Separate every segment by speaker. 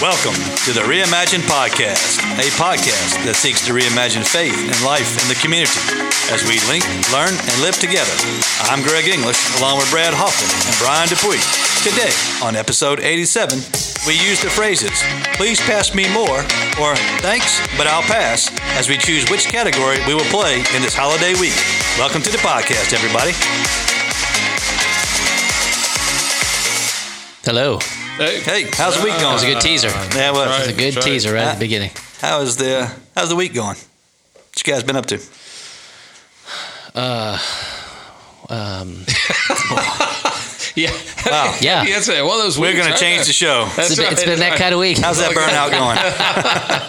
Speaker 1: Welcome to the Reimagine Podcast, a podcast that seeks to reimagine faith and life in the community as we link, learn, and live together. I'm Greg English, along with Brad Hoffman and Brian Dupuy. Today, on episode 87, we use the phrases, please pass me more, or thanks, but I'll pass, as we choose which category we will play in this holiday week. Welcome to the podcast, everybody.
Speaker 2: Hello.
Speaker 1: Hey, how's the week
Speaker 2: That
Speaker 1: going?
Speaker 2: was a good teaser.
Speaker 1: Yeah, well,
Speaker 2: That was a good
Speaker 3: That's right.
Speaker 2: teaser right at
Speaker 1: Uh,
Speaker 2: the beginning.
Speaker 1: How is the how's the week going? What you guys been up to?
Speaker 3: Yeah.
Speaker 1: Wow.
Speaker 2: Yeah.
Speaker 3: That's it. One of those
Speaker 1: We're going to change the show.
Speaker 2: It's been, it's been that kind of week.
Speaker 1: How's that burnout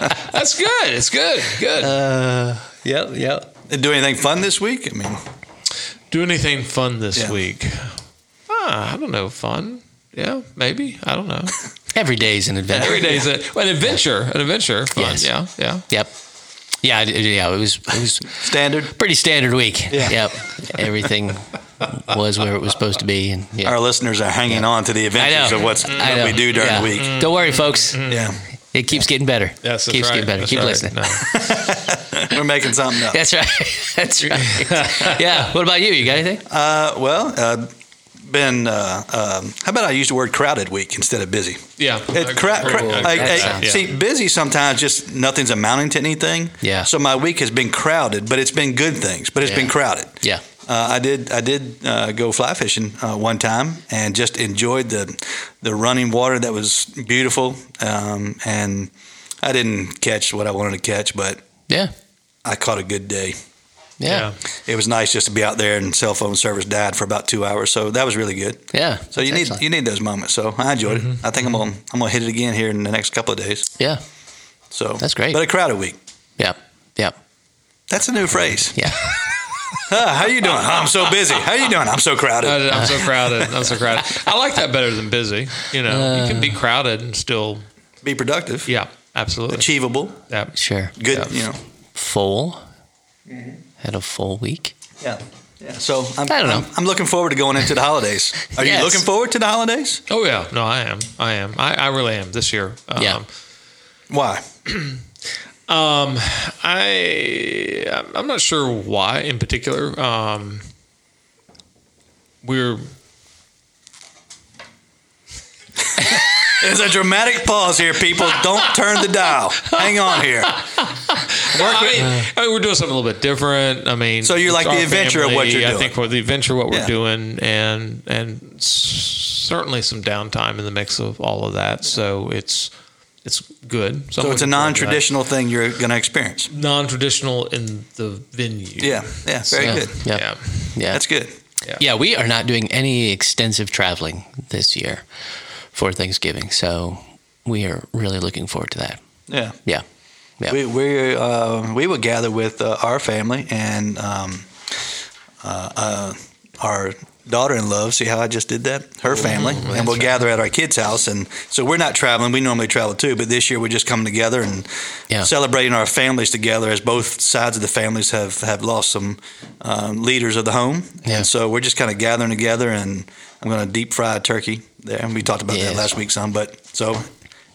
Speaker 1: going?
Speaker 3: That's good. It's good. Good.
Speaker 2: Uh, Yep, yep.
Speaker 1: Do anything fun this week? I mean,
Speaker 3: Do anything fun this
Speaker 1: Yeah.
Speaker 3: week? Ah, I don't know. Fun? Yeah, maybe. I don't know.
Speaker 2: Every day's an adventure.
Speaker 3: Every day's a, an adventure. An adventure. Fun.
Speaker 2: Yes.
Speaker 3: Yeah. Yeah.
Speaker 2: Yep. Yeah, it- it- yeah. It was it was
Speaker 1: standard.
Speaker 2: pretty standard week.
Speaker 1: Yeah.
Speaker 2: Yep. Everything was where it was supposed to be, and yeah.
Speaker 1: Our listeners are hanging on to the
Speaker 2: I know. Mm-hmm.
Speaker 1: adventures of what's
Speaker 2: I
Speaker 1: what
Speaker 2: know.
Speaker 1: we do during
Speaker 2: Yeah. Mm-hmm.
Speaker 1: the week. Mm-hmm.
Speaker 2: Don't worry, folks.
Speaker 1: Yeah,
Speaker 2: It keeps getting better.
Speaker 3: Yes, that's
Speaker 2: keeps
Speaker 3: right.
Speaker 2: getting better.
Speaker 3: That's
Speaker 2: Keep listening.
Speaker 3: right. No.
Speaker 1: we're making something up.
Speaker 2: That's right. That's right. yeah. What about you? You got anything?
Speaker 1: Uh, well, uh, been uh, um, how about I use the word crowded week instead of busy?
Speaker 3: Yeah.
Speaker 1: It, cra-
Speaker 3: Very
Speaker 1: cra-
Speaker 3: good.
Speaker 1: I- I-
Speaker 2: sounds-
Speaker 1: See, busy sometimes just nothing's amounting to anything.
Speaker 2: Yeah.
Speaker 1: So my week has been crowded, but it's been good things, but it's
Speaker 2: Yeah.
Speaker 1: been crowded.
Speaker 2: Yeah.
Speaker 1: Uh, I did. I did uh, go fly fishing uh, one time, and just enjoyed the the running water that was beautiful. Um, and I didn't catch what I wanted to catch, but
Speaker 2: Yeah.
Speaker 1: I caught a good day.
Speaker 2: Yeah.
Speaker 1: It was nice just to be out there, and cell phone service died for about two hours, so that was really good.
Speaker 2: Yeah.
Speaker 1: So you
Speaker 2: That's
Speaker 1: need
Speaker 2: excellent. Mm-hmm.
Speaker 1: you need those moments. So I enjoyed it. I think I'm gonna I'm gonna hit it again here in the next couple of days.
Speaker 2: Yeah.
Speaker 1: So
Speaker 2: That's great.
Speaker 1: But a crowded week.
Speaker 2: Yep. Yep.
Speaker 1: That's a new phrase.
Speaker 2: Yeah.
Speaker 1: Huh, how you doing? "Oh, I'm so busy. How you doing? I'm so crowded.
Speaker 2: Uh,
Speaker 3: I- I'm so crowded. I'm so crowded. I like that better than busy. You know, you can be
Speaker 2: Uh,
Speaker 3: crowded and still.
Speaker 1: Be productive.
Speaker 3: Yeah. Absolutely.
Speaker 1: Achievable.
Speaker 3: Yeah.
Speaker 2: Sure.
Speaker 1: Good.
Speaker 3: Yeah.
Speaker 1: You know.
Speaker 2: Full.
Speaker 1: Mm-hmm.
Speaker 2: Had a full week.
Speaker 1: Yeah. Yeah. So I'm,
Speaker 2: I don't know.
Speaker 1: I'm, I'm looking forward to going into the holidays. Are
Speaker 2: Yes.
Speaker 1: you looking forward to the holidays?
Speaker 3: Oh yeah. No, I am. I am. I, I really am this year. Um,
Speaker 2: Yeah.
Speaker 1: Why?
Speaker 3: Um, I I'm- I'm not sure why in particular. Um, we're
Speaker 1: There's a dramatic pause here, people. Don't turn the dial. Hang on here.
Speaker 3: I mean, I mean, we're doing something a little bit different. I mean,
Speaker 1: So you
Speaker 3: it's
Speaker 1: like the
Speaker 3: our
Speaker 1: adventure of what
Speaker 3: family.
Speaker 1: you're
Speaker 3: I
Speaker 1: doing.
Speaker 3: think for the adventure of what we're
Speaker 1: Yeah.
Speaker 3: doing, and and s- certainly some downtime in the mix of all of that. So it's it's good.
Speaker 1: So it's a non-traditional thing you're going to experience.
Speaker 3: non-traditional in the venue.
Speaker 1: Yeah. Yeah. Very
Speaker 2: yeah.
Speaker 1: good.
Speaker 2: Yeah.
Speaker 3: Yeah.
Speaker 2: Yeah.
Speaker 1: That's good.
Speaker 2: yeah, we are not doing any extensive traveling this year for Thanksgiving. So we are really looking forward to that.
Speaker 1: Yeah.
Speaker 2: Yeah. Yeah.
Speaker 1: We we uh, we would gather with uh, our family and um, uh, uh, our daughter-in-law. See how I just did that? Her
Speaker 2: Mm-hmm.
Speaker 1: family, and we'll gather at our kids' house. And so we're not traveling. We normally travel too, but this year we're just coming together and
Speaker 2: Yeah.
Speaker 1: celebrating our families together, as both sides of the families have have lost some um, leaders of the home.
Speaker 2: Yeah.
Speaker 1: And so we're just kind of gathering together. And I'm going to deep fry a turkey there, and we talked about that
Speaker 2: Yes.
Speaker 1: last week some. But so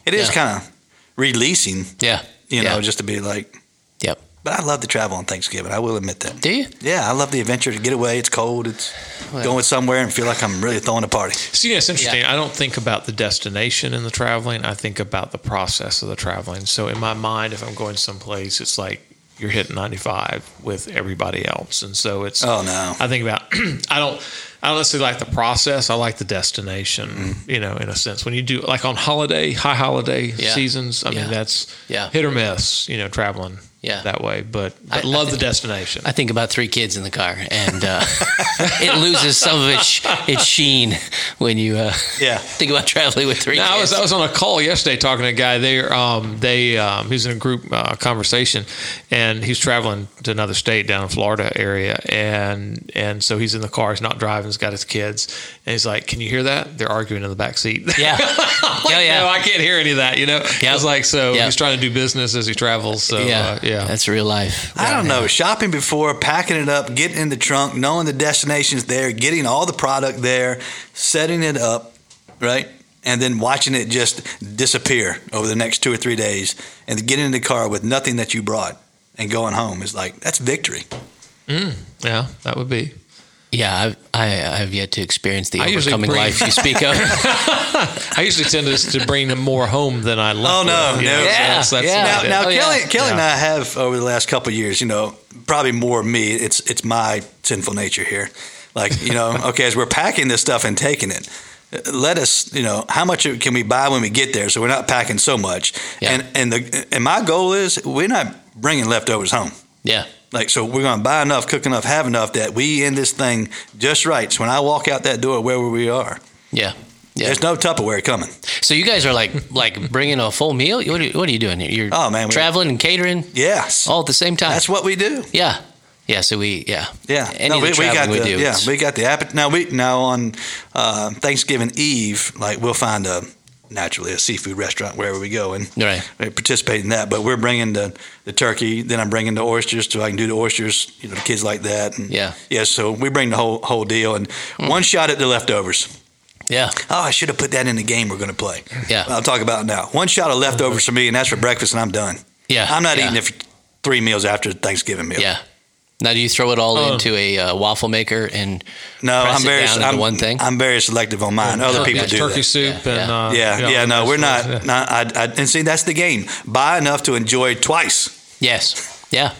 Speaker 1: it is
Speaker 2: Yeah.
Speaker 1: kind of releasing
Speaker 2: yeah.
Speaker 1: you know,
Speaker 2: Yeah.
Speaker 1: just to be like.
Speaker 2: Yep.
Speaker 1: But I love to travel on Thanksgiving. I will admit that.
Speaker 2: Do you?
Speaker 1: Yeah, I love the adventure to get away. It's cold. It's
Speaker 2: Well-
Speaker 1: going somewhere and feel like I'm really throwing a party.
Speaker 3: See, it's interesting. I don't think about the destination in the traveling. I think about the process of the traveling. So in my mind, if I'm going someplace, it's like you're hitting 95 with everybody else, and so it's.
Speaker 1: Oh no.
Speaker 3: I think about. I don't. I don't necessarily like the process. I like the destination.
Speaker 2: Mm-hmm.
Speaker 3: You know, in a sense, when you do like on holiday, high holiday
Speaker 2: Yeah.
Speaker 3: seasons. I
Speaker 2: Yeah.
Speaker 3: mean, that's
Speaker 2: Yeah.
Speaker 3: hit or miss. You know, traveling.
Speaker 2: Yeah.
Speaker 3: that way. But,
Speaker 2: I-
Speaker 3: but
Speaker 2: I
Speaker 3: love
Speaker 2: think-
Speaker 3: the destination.
Speaker 2: I think about three kids in the car, and uh, it loses some of its sh- its sheen when you uh,
Speaker 1: Yeah.
Speaker 2: think about traveling with three.
Speaker 3: No, I was
Speaker 2: kids.
Speaker 3: I was on a call yesterday talking to a guy there. Um, they um, he was in a group uh, conversation, and he's traveling to another state down in Florida area, and and so he's in the car. He's not driving. He's got his kids, and he's like, "Can you hear that? They're arguing in the back seat."
Speaker 2: yeah, yeah, yeah.
Speaker 3: no, I can't hear any of that. You know, I was like, so
Speaker 2: Yep.
Speaker 3: he's trying to do business as he travels. So
Speaker 2: yeah,
Speaker 3: yeah, uh, yeah.
Speaker 2: That's real life.
Speaker 1: I don't know. Shopping before, packing it up, getting in the trunk, knowing the destination's there, getting all the product there, setting it up, right? and then watching it just disappear over the next two or three days and getting in the car with nothing that you brought and going home is like that's victory.
Speaker 3: Yeah, that would be.
Speaker 2: Yeah, I've, I, I've yet to experience the
Speaker 3: I usually
Speaker 2: overcoming
Speaker 3: bring-
Speaker 2: life you speak of.
Speaker 3: I usually tend to, to bring them more home than I
Speaker 1: Oh,
Speaker 3: love.
Speaker 1: no, no.
Speaker 2: Yeah, yeah.
Speaker 1: Now, now
Speaker 2: Oh, yeah.
Speaker 1: Kelly, Kelly and
Speaker 3: Yeah.
Speaker 1: I have over the last couple of years, you know, probably more me. It's it's my sinful nature here. Like you know, okay, as we're packing this stuff and taking it, uh, let us, you know, how much can we buy when we get there, so we're not packing so much.
Speaker 2: Yeah.
Speaker 1: And and the and my goal is we're not bringing leftovers home.
Speaker 2: yeah,
Speaker 1: Like so, we're gonna buy enough, cook enough, have enough that we end this thing just right. So when I walk out that door, wherever we are,
Speaker 2: yeah, yeah.
Speaker 1: there's no Tupperware coming.
Speaker 2: So you guys are like like bringing a full meal. What are, you- what are you doing here? You're
Speaker 1: Oh, man, we-
Speaker 2: traveling and catering
Speaker 1: Yes,
Speaker 2: all at the same time.
Speaker 1: that's what we do.
Speaker 2: yeah, yeah. So we yeah
Speaker 1: Yeah,
Speaker 2: Any of the traveling
Speaker 1: got
Speaker 2: we
Speaker 1: the,
Speaker 2: do,
Speaker 1: Yeah,
Speaker 2: it's-
Speaker 1: we got the appetite. Now we now on uh, Thanksgiving Eve, like we'll find a naturally a seafood restaurant wherever we go and
Speaker 2: Right.
Speaker 1: we participate in that. But we're bringing the, the turkey, then I'm bringing the oysters, so I can do the oysters. You know, the kids like that. And
Speaker 2: Yeah. Hmm.
Speaker 1: yeah. So we bring the whole whole deal and one shot at the leftovers.
Speaker 2: yeah
Speaker 1: Oh, I should have put that in the game we're going to play.
Speaker 2: Yeah.
Speaker 1: I'll talk about it now. One shot of leftovers for me, and that's for breakfast, and I'm done.
Speaker 2: yeah.
Speaker 1: I'm not
Speaker 2: yeah,
Speaker 1: eating it for three meals after the Thanksgiving meal.
Speaker 2: Yeah. Now do you throw it all
Speaker 3: Oh.
Speaker 2: into a uh, waffle maker and
Speaker 1: No,
Speaker 2: press
Speaker 1: I'm
Speaker 2: it
Speaker 1: very
Speaker 2: down into
Speaker 1: I'm,
Speaker 2: one thing?
Speaker 1: I'm very selective on mine. Other
Speaker 2: Oh,
Speaker 1: people
Speaker 2: gotcha.
Speaker 1: do
Speaker 3: turkey
Speaker 1: that.
Speaker 3: soup
Speaker 2: Yeah,
Speaker 3: and
Speaker 2: yeah.
Speaker 3: uh,
Speaker 1: Yeah, yeah, no, we're not.
Speaker 3: vegetables, yeah.
Speaker 1: not I, I, and see, that's the game. Buy enough to enjoy twice.
Speaker 2: yes yeah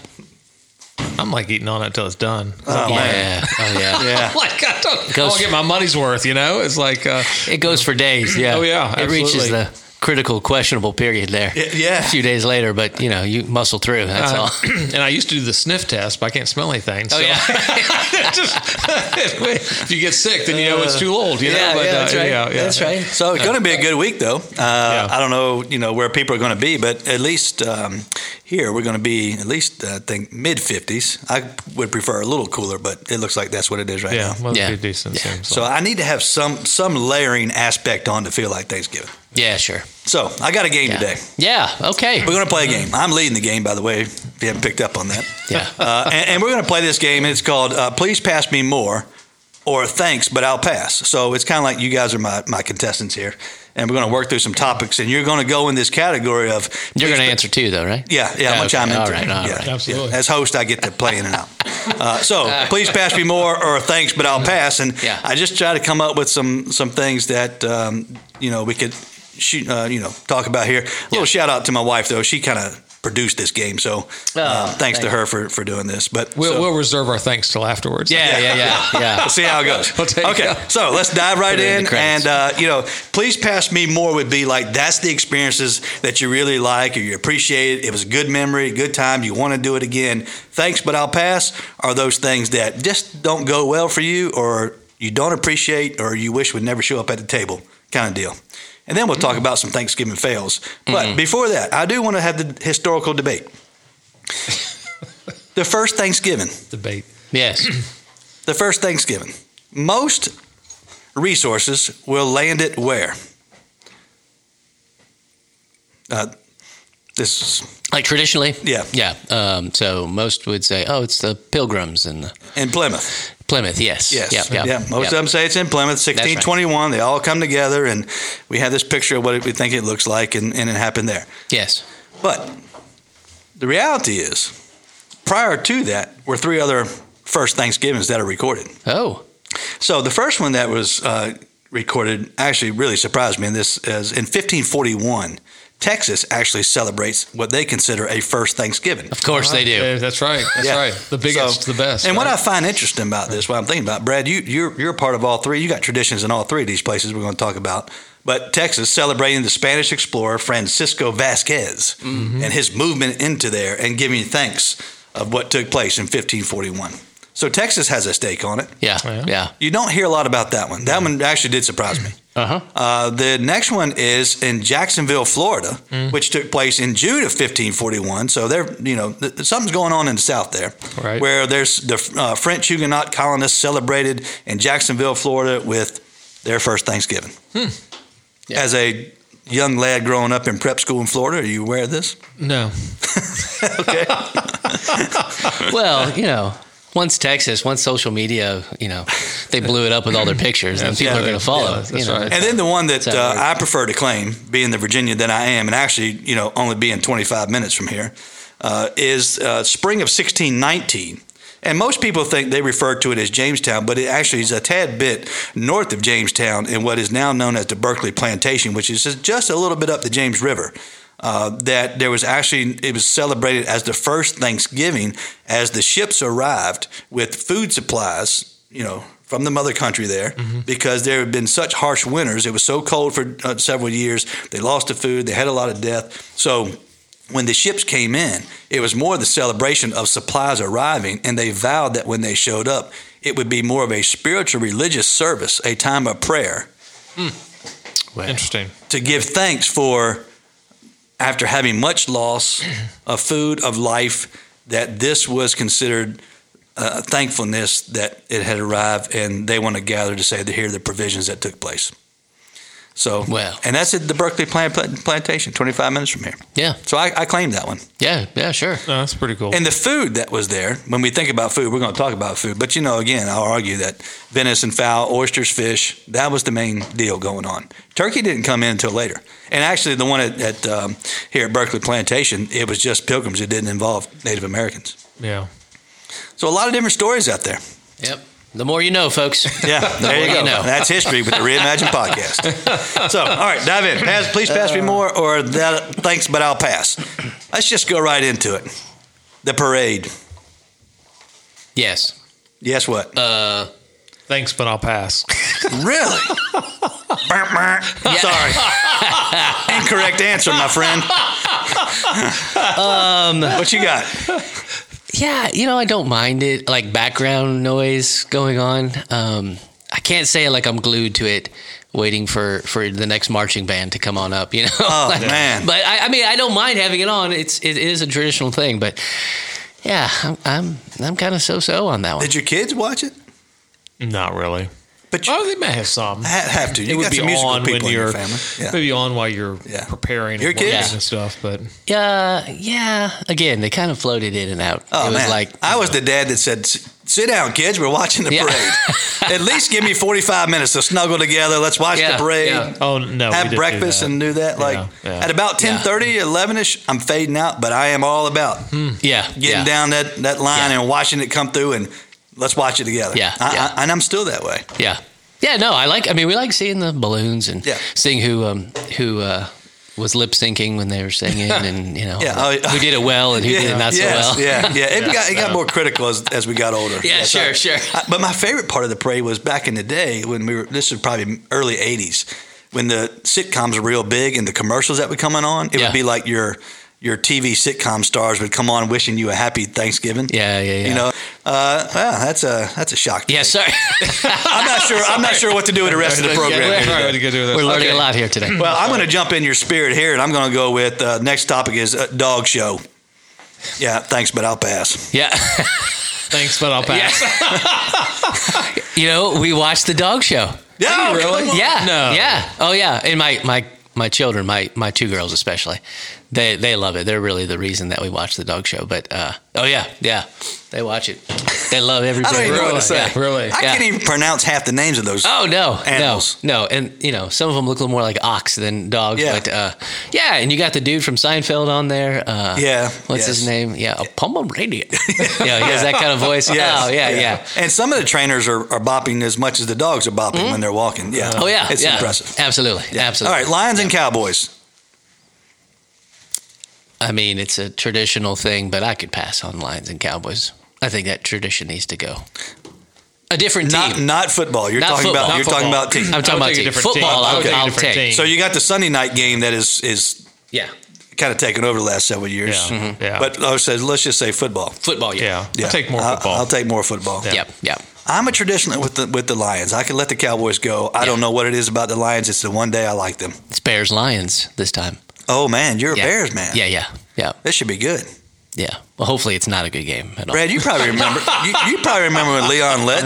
Speaker 3: I'm like eating on it till it's done.
Speaker 1: Oh,
Speaker 2: yeah
Speaker 1: man.
Speaker 2: oh yeah.
Speaker 1: Yeah,
Speaker 3: like I don't, I
Speaker 2: Goes-
Speaker 3: want to get my money's worth. You know, it's like uh,
Speaker 2: It goes for days. Yeah.
Speaker 3: Oh, yeah,
Speaker 2: It reaches
Speaker 3: absolutely.
Speaker 2: the critical, questionable period there.
Speaker 1: Y- yeah. Uh-huh.
Speaker 2: A few days later, but you know, you muscle through. That's
Speaker 3: uh,
Speaker 2: all.
Speaker 3: and I used to do the sniff test, but I can't smell anything. So
Speaker 2: Oh yeah.
Speaker 3: just, if you get sick, then you know it's too old. You know, but, uh, yeah, yeah.
Speaker 2: That's right.
Speaker 1: so it's going to be a good week, though. Uh, I don't know, you know, where people are going to be, but at least um, here we're going to be at least uh, I think mid fifties. I would prefer a little cooler, but it looks like that's what it is right
Speaker 3: Yeah,
Speaker 1: now.
Speaker 3: well,
Speaker 2: Yeah.
Speaker 3: yeah. decent.
Speaker 2: Yeah.
Speaker 3: Seems
Speaker 1: So
Speaker 3: like.
Speaker 1: I need to have some some layering aspect on to feel like Thanksgiving.
Speaker 2: Yeah, sure.
Speaker 1: So I got a game
Speaker 2: Yeah.
Speaker 1: today.
Speaker 2: Yeah. Okay.
Speaker 1: We're going to play a game. I'm leading the game, by the way. If you haven't picked up on that.
Speaker 2: Yeah.
Speaker 1: uh, and, and we're going to play this game. It's called uh, Please Pass Me More or Thanks, but I'll pass. So it's kind of like you guys are my, my contestants here. And we're going to work through some topics. And you're going to go in this category of.
Speaker 2: You're going to
Speaker 1: please-
Speaker 2: answer too, though, right?
Speaker 1: Yeah, yeah, I'm going
Speaker 2: Okay,
Speaker 1: to chime in.
Speaker 2: all
Speaker 1: too.
Speaker 2: right, all
Speaker 1: yeah,
Speaker 2: right.
Speaker 1: yeah.
Speaker 3: Absolutely.
Speaker 1: As host, I get to play in and out. Uh, so please pass me more or thanks, but I'll pass. And
Speaker 2: Yeah.
Speaker 1: I just try to come up with some some things that um, you know we could shoot, uh, you know talk about here. A little shout out to my wife though; she kind of produced this game, so uh,
Speaker 2: Oh,
Speaker 1: thanks to
Speaker 2: thank
Speaker 1: her for for doing this. But
Speaker 3: we'll,
Speaker 1: so-
Speaker 3: we'll reserve our thanks till afterwards.
Speaker 2: Yeah. Yeah. Yeah. Yeah.
Speaker 1: We'll see how it goes.
Speaker 3: We'll take-
Speaker 1: okay,
Speaker 3: yeah.
Speaker 1: so let's dive right
Speaker 2: it in
Speaker 1: in,
Speaker 2: the credits.
Speaker 1: and uh, you know, please pass me more would be like that's the experiences that you really like or you appreciate. It was a good memory, good time. You want to do it again. Thanks, but I'll pass. Are those things that just don't go well for you, or you don't appreciate, or you wish would never show up at the table, kind of deal. And then we'll talk about some Thanksgiving fails. But
Speaker 2: Mm-hmm.
Speaker 1: before that, I do want to have the historical debate. the first Thanksgiving
Speaker 3: Debate.
Speaker 2: Yes.
Speaker 1: the first Thanksgiving. Most resources will land it where? Uh, this
Speaker 2: Like traditionally.
Speaker 1: Yeah.
Speaker 2: Yeah. Um, so most would say, oh, it's the Pilgrims and the
Speaker 1: in Plymouth.
Speaker 2: Plymouth. Yes.
Speaker 1: Yes.
Speaker 2: Yeah. Yeah.
Speaker 1: yeah. Most of them say it's in Plymouth,
Speaker 2: right.
Speaker 1: 1621. They all come together, and we have this picture of what it- we think it looks like, and, and it happened there.
Speaker 2: Yes.
Speaker 1: But the reality is, prior to that, were three other first Thanksgivings that are recorded.
Speaker 2: Oh.
Speaker 1: So the first one that was uh, recorded actually really surprised me. And this is in 1541, Texas actually celebrates what they consider a first Thanksgiving.
Speaker 2: Of course they do.
Speaker 3: Yeah, that's right. That's
Speaker 1: Yeah.
Speaker 3: right. The biggest,
Speaker 1: So-
Speaker 3: the best.
Speaker 1: And what
Speaker 3: right?
Speaker 1: I find interesting about this, what I'm thinking about, Brad, you, you're you're a part of all three. You got traditions in all three of these places we're going to talk about. But Texas celebrating the Spanish explorer Francisco Vasquez
Speaker 3: Mm-hmm.
Speaker 1: and his movement into there and giving thanks of what took place in 1541. So Texas has a stake on it.
Speaker 2: Yeah.
Speaker 3: Oh, Yeah.
Speaker 2: Yeah.
Speaker 1: You don't hear a lot about that one. That one actually did surprise me.
Speaker 2: Uh huh.
Speaker 1: Uh, the next one is in Jacksonville, Florida, which took place in June of 1541. So there, you know, th- th- something's going on in the South there,
Speaker 3: Right.
Speaker 1: where there's the uh, French Huguenot colonists celebrated in Jacksonville, Florida, with their first Thanksgiving.
Speaker 2: Yeah.
Speaker 1: As a young lad growing up in prep school in Florida, are you aware of this?
Speaker 3: no.
Speaker 1: Okay.
Speaker 2: Well, you know, once Texas, once social media, you know, they blew it up with all their pictures, and people
Speaker 1: yeah,
Speaker 2: are going to follow.
Speaker 3: yeah,
Speaker 2: you
Speaker 3: that's
Speaker 2: know.
Speaker 3: right.
Speaker 1: And then the one that
Speaker 2: That's how
Speaker 1: uh, I
Speaker 2: it
Speaker 1: prefer to claim, being the Virginia that I am, and actually, you know, only being 25 minutes from here, uh, is uh, spring of 1619. And most people think they refer to it as Jamestown, but it actually is a tad bit north of Jamestown in what is now known as the Berkeley Plantation, which is just a little bit up the James River. Uh, that there was actually, it was celebrated as the first Thanksgiving as the ships arrived with food supplies, you know, from the mother country there because there had been such harsh winters. It was so cold for uh, several years. They lost the food, they had a lot of death. So, when the ships came in, it was more the celebration of supplies arriving, and they vowed that when they showed up, it would be more of a spiritual religious service, a time of prayer
Speaker 2: Well,
Speaker 3: Interesting.
Speaker 1: to give thanks for after having much loss of food of life that this was considered uh, thankfulness that it had arrived and they want to gather to say to hear the provisions that took place so
Speaker 2: Wow.
Speaker 1: and that's at the berkeley Plant- Plant- plantation 25 minutes from here
Speaker 2: yeah,
Speaker 1: so I, I claimed that one
Speaker 2: yeah, yeah, sure.
Speaker 3: No, that's pretty cool.
Speaker 1: and the food that was there when we think about food we're going to talk about food but you know again i'll argue that venison fowl oysters fish that was the main deal going on turkey didn't come in until later and actually the one at, at um, here at berkeley plantation it was just pilgrims it didn't involve native americans
Speaker 3: yeah.
Speaker 1: so a lot of different stories out there
Speaker 2: Yep. The more you know, folks.
Speaker 1: yeah there you
Speaker 2: more
Speaker 1: go
Speaker 2: you know.
Speaker 1: that's history with the reimagined podcast so all right dive in pass, please pass me more or that thanks but i'll pass let's just go right into it the parade
Speaker 2: Yes.
Speaker 1: yes what
Speaker 2: Uh,
Speaker 3: Thanks, but I'll pass.
Speaker 1: Really? Burp, burp. Sorry. Incorrect answer, my friend.
Speaker 3: Um,
Speaker 1: what you got?
Speaker 2: yeah, you know, I don't mind it. Like background noise going on. Um, I can't say like I'm glued to it, waiting for for the next marching band to come on up. You know.
Speaker 1: Oh,
Speaker 2: Like,
Speaker 1: man.
Speaker 2: But I, I mean, I don't mind having it on. It's it is a traditional thing, but. Yeah, I'm I'm, I'm kind of so so on that one.
Speaker 1: Did your kids watch it?
Speaker 3: Not really.
Speaker 1: But you
Speaker 3: Oh, they may have some.
Speaker 1: ha- have to. You
Speaker 3: it would
Speaker 1: got
Speaker 3: be
Speaker 1: some musical
Speaker 3: on
Speaker 1: people
Speaker 3: when
Speaker 1: in your
Speaker 3: you're
Speaker 1: family. Yeah.
Speaker 3: maybe on while you're
Speaker 1: Yeah.
Speaker 3: preparing
Speaker 1: Your
Speaker 3: and working
Speaker 1: kids?
Speaker 3: and stuff. But
Speaker 2: Yeah, yeah. Again, they kind of floated in and out.
Speaker 1: Oh
Speaker 2: it was
Speaker 1: man,
Speaker 2: like
Speaker 1: I was the dad that said, "S- "Sit down, kids. We're watching the
Speaker 2: Yeah.
Speaker 1: parade. At least give me forty-five minutes to snuggle together. Let's watch
Speaker 2: Yeah,
Speaker 1: the parade."
Speaker 2: yeah.
Speaker 3: oh no, we
Speaker 1: have
Speaker 3: didn't do
Speaker 1: breakfast
Speaker 3: that.
Speaker 1: and do that. Like
Speaker 3: Yeah, yeah.
Speaker 1: at about 10.30, 11ish, I'm fading out, but I am all about
Speaker 2: yeah,
Speaker 1: getting
Speaker 2: yeah.
Speaker 1: down that, that line
Speaker 2: Yeah.
Speaker 1: and watching it come through and let's watch it together.
Speaker 2: Yeah,
Speaker 1: I,
Speaker 2: yeah.
Speaker 1: I, and I'm still that way.
Speaker 2: Yeah, yeah. No, I like. I mean, we like seeing the balloons and
Speaker 1: Yeah.
Speaker 2: seeing who um who uh was lip syncing when they were singing, and you know,
Speaker 1: Yeah, oh, yeah.
Speaker 2: who did it well and who did it not
Speaker 1: yes,
Speaker 2: so well.
Speaker 1: yeah, yeah. It,
Speaker 3: Yeah,
Speaker 1: got, it got
Speaker 3: so.
Speaker 1: more critical as, as we got older.
Speaker 2: Yeah,
Speaker 1: so-
Speaker 2: sure, sure.
Speaker 1: I- but my favorite part of the parade was back in the day when we were, this is probably early 80s, when the sitcoms were real big and the commercials that were coming on, it
Speaker 2: Yeah.
Speaker 1: would be like your your TV sitcom stars would come on wishing you a happy Thanksgiving.
Speaker 2: Yeah, yeah, yeah.
Speaker 1: You know, uh, well, that's a that's a shock. to
Speaker 2: Yeah,
Speaker 1: me.
Speaker 2: sorry.
Speaker 1: I'm not sure. I'm not sure what to do with the rest of the
Speaker 3: Yeah,
Speaker 1: program.
Speaker 3: yeah,
Speaker 1: here.
Speaker 3: all right, we could do that.
Speaker 2: We're learning
Speaker 3: Okay.
Speaker 2: a lot here today.
Speaker 1: Well, I'm going to jump in your spirit here, and I'm going to go with uh, next topic is uh, dog show. Yeah, thanks, but I'll pass.
Speaker 2: yeah,
Speaker 3: Thanks, but I'll pass.
Speaker 2: you know, we watched the dog show.
Speaker 1: Yeah,
Speaker 3: you really?
Speaker 1: come on.
Speaker 2: Oh, Yeah,
Speaker 3: No.
Speaker 2: yeah, oh yeah. And my my my children, my my two girls especially, they they love it. They're really the reason that we watch the dog show. But uh, oh yeah, yeah, they watch it. They love everybody.
Speaker 1: even know what to say.
Speaker 2: Yeah.
Speaker 3: really?
Speaker 1: I
Speaker 2: Yeah.
Speaker 1: can't even pronounce half the names of those.
Speaker 2: Oh no,
Speaker 1: Animals.
Speaker 2: no, no, and you know some of them look a little more like ox than dogs,
Speaker 1: Yeah.
Speaker 2: but uh, yeah, and you got the dude from Seinfeld on there. Uh,
Speaker 1: Yeah, yes.
Speaker 2: what's his name? Yeah, a Pomeranian. yeah, he has that kind of voice.
Speaker 1: Yes,
Speaker 2: Oh yeah, yeah.
Speaker 1: And some of the trainers are, are bopping as much as the dogs are bopping when they're walking. Yeah.
Speaker 2: Mm-hmm. Oh yeah,
Speaker 1: It's
Speaker 2: yeah.
Speaker 1: impressive.
Speaker 2: Absolutely,
Speaker 1: All
Speaker 2: absolutely.
Speaker 1: right, Lions and Cowboys.
Speaker 2: I mean, it's a traditional thing, but I could pass on Lions and Cowboys. I think that tradition needs to go. A different team.
Speaker 1: Not not football. You're
Speaker 2: Not
Speaker 1: talking
Speaker 2: football.
Speaker 1: about
Speaker 2: Not
Speaker 1: you're talking about teams.
Speaker 2: I'm
Speaker 3: I would
Speaker 2: talking about
Speaker 3: take
Speaker 2: team.
Speaker 3: a different team.
Speaker 2: football.
Speaker 3: I
Speaker 2: I'll,
Speaker 3: would take a
Speaker 2: I'll
Speaker 3: different
Speaker 2: take.
Speaker 3: team.
Speaker 1: So you got the Sunday night game that is is
Speaker 2: Yeah,
Speaker 1: kind of taken over the last several years.
Speaker 3: Yeah,
Speaker 2: Mm-hmm.
Speaker 3: Mhm. yeah.
Speaker 1: But I said, let's just say football.
Speaker 2: football.
Speaker 3: yeah.
Speaker 2: Yeah.
Speaker 3: I'll take more
Speaker 1: I'll-
Speaker 3: football.
Speaker 1: I'll take more football.
Speaker 3: Yeah.
Speaker 2: Yep. Yep.
Speaker 1: I'm a traditionalist with the with the Lions. I can let the Cowboys go. I don't know what it is about the Lions. It's the one day I like them.
Speaker 2: It's Bears Lions this time.
Speaker 1: Oh man, you're
Speaker 2: Yeah.
Speaker 1: a Bears man.
Speaker 2: Yeah. Yeah. Yeah.
Speaker 1: this should be good.
Speaker 2: Yeah. Well, hopefully it's not a good game at all.
Speaker 1: Brad, you probably remember. you, you
Speaker 2: Uh.
Speaker 1: probably remember when Leon led